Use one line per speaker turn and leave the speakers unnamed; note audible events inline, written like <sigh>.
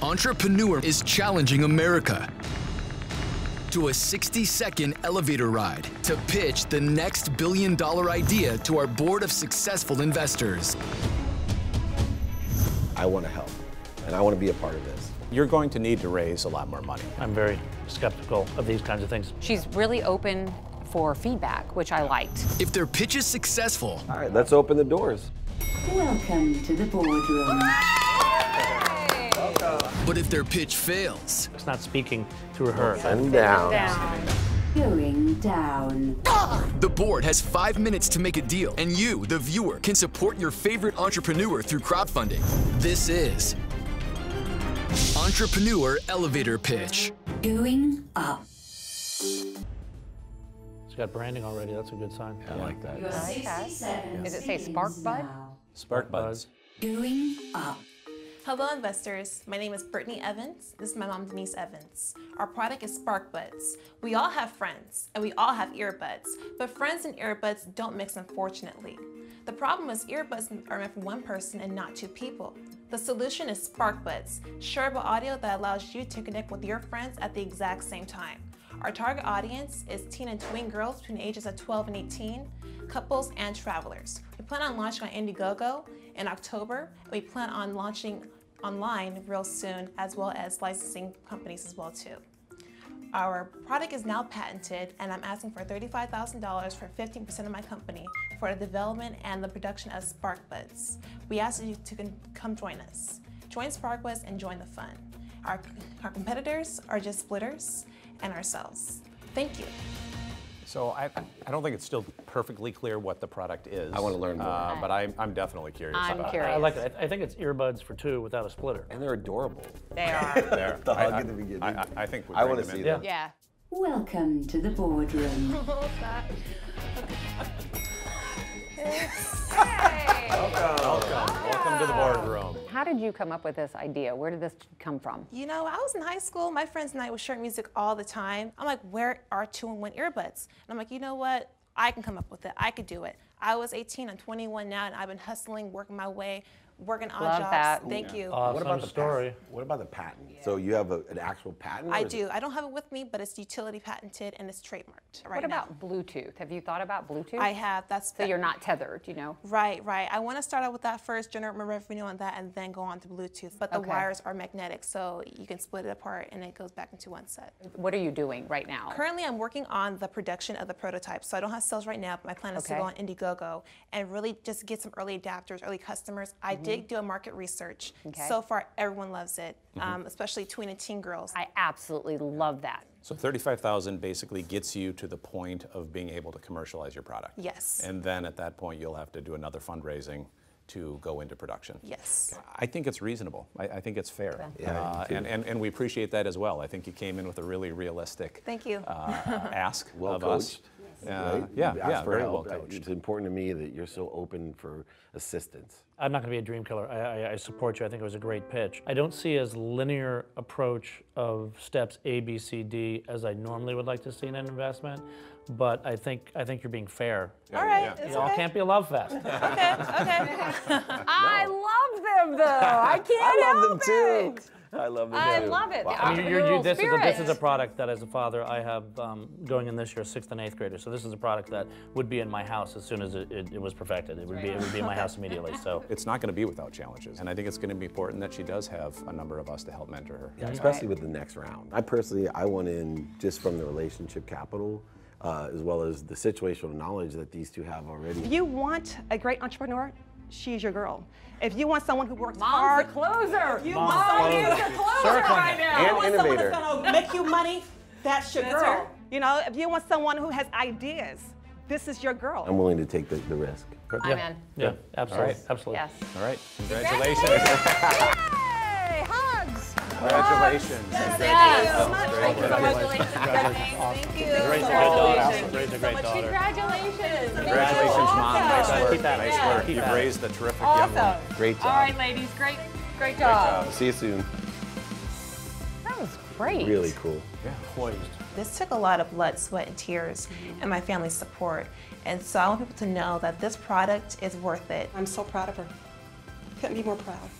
Entrepreneur is challenging America to a 60 second elevator ride to pitch the next billion dollar idea to our board of successful investors.
I want to help, and I want to be a part of this.
You're going to need to raise a lot more money.
I'm very skeptical of these kinds of things.
She's really open for feedback, which I liked.
If their pitch is successful,
All right, let's open the doors.
Welcome to the boardroom.
but if their pitch fails,
It's not speaking through her.
And down.
Going down.
the board has five minutes to make a deal, and you, the viewer, can support your favorite entrepreneur through crowdfunding. This is Entrepreneur Elevator Pitch.
Going up.
It's got branding already. That's a good sign.
I like that.
Your 60 seconds.
Does it say spark bud?
Spark buds.
Going up.
Hello, investors. My name is Brittany Evans. This is my mom, Denise Evans. Our product is Spark Buds. We all have friends and we all have earbuds, but friends and earbuds don't mix, unfortunately. The problem is earbuds are meant for one person and not two people. The solution is Spark Buds, shareable audio that allows you to connect with your friends at the exact same time. Our target audience is teen and tween girls between the ages of 12 and 18, couples, and travelers. We plan on launching on Indiegogo in October, and we plan on launching online real soon, as well as licensing companies as well too. Our product is now patented, and I'm asking for $35,000 for 15% of my company for the development and the production of SparkBuds. We ask you to con- come join us. Join SparkBuds and join the fun. Our, our competitors are just splitters and ourselves. Thank you.
So I, I don't think it's still perfectly clear what the product is.
I wanna learn more.
Uh, but I'm, I'm definitely curious
I'm
about
curious.
it.
I like it. I I think it's earbuds for two without a splitter.
And they're adorable.
They are.
There.
The hug
I,
at the beginning.
I, I, I think we
I
bring
wanna
them in.
see them.
yeah.
Welcome to the boardroom.
Welcome to the boardroom.
How did you come up with this idea? Where did this come from?
You know, I was in high school. My friends and I would share music all the time. I'm like, where are two and one earbuds? And I'm like, you know what? I can come up with it. I could do it. I was 18. I'm 21 now, and I've been hustling, working my way, working odd
Love
jobs.
that.
Thank you.
Awesome
the
story.
Patent? What about the patent? So you have a, an actual patent? or
I
is it-
do. I don't have it with me, but it's utility patented and it's trademarked
What
right now.
about Bluetooth? Have you thought about Bluetooth?
I have. That's
So you're not tethered, you know?
Right, right. I want to start out with that first, generate my revenue on that, and then go on to Bluetooth. But the
Okay.
wires are magnetic, so you can split it apart, and it goes back into one set.
What are you doing right now?
Currently, I'm working on the production of the prototype, so I don't have sales right now. But my plan is to go on
Okay.
Indiegogo and really just get some early adapters, early customers. I did do a market research.
Mm-hmm. Okay.
So far, everyone loves it, um, especially tween and teen girls.
I absolutely love that.
So 35,000 basically gets you to the point of being able to commercialize your product.
Yes.
And then at that point, you'll have to do another fundraising to go into production.
yes.
I think it's reasonable. I, I think it's fair. Uh, and, and, and we appreciate that as well. I think you came in with a really realistic
Thank you. <laughs>
uh, ask
Well
of us.
coached.
Uh,
right?
Yeah,
You asked
yeah,
for
very well
help.
coached.
It's important to me that you're so open for assistance.
I'm not going to be a dream killer. I, I, I support you. I think it was a great pitch. I don't see as linear approach of steps A, B, C, D as I normally would like to see in an investment, but I think I think you're being fair.
All right. It's
It all
okay.
can't be a love fest.
Okay. Okay.
I love them though.
<laughs>
I can't
I love them
help
too.
it.
I love them
I
too.
love it. The
Wow.
I mean, you're- you're-
entrepreneurial
this, is a, this
spirit.
is a product that, as a father, I have um, going in this year, sixth and eighth graders. So this is a product that would be in my house as soon as it, it, it was perfected. It would be it would be in my house immediately. So
It's not going to be without challenges. And I think it's going to be important that she does have a number of us to help mentor her.
Yeah, especially with the next round. I personally, I went in just from the relationship capital, uh, as well as the situational knowledge that these two have already.
If you want a great entrepreneur, she's your girl. If you want someone who works
Mom's
hard,
a closer.
if you
Mom's
want
a
someone
closer.
who's a closer
Circling
right
it.
now.
And
you want someone
innovator.
that's gonna make you money, that's your girl. You know, if you want someone who has ideas, this is your girl.
I'm willing to take the, the risk.
I'm in.
yeah,
All
absolutely,
right.
absolutely.
Yes.
All right, congratulations. <laughs>
Yay! Hugs.
Congratulations.
Thank you so much. Congratulations.
Thank you.
Raise a great daughter. Raise a great daughter.
Congratulations.
Congratulations, Mom. Nice
Awesome.
work.
Keep that
nice
up.
work.
Keep
You've
that
raised a terrific young
Awesome.
woman. Great job.
All right, ladies. Great, great job.
See you soon.
That was great.
Really cool.
This took a lot of blood, sweat, and tears, and my family's support. And so I want people to know that this product is worth it.
I'm so proud of her. Couldn't be more proud.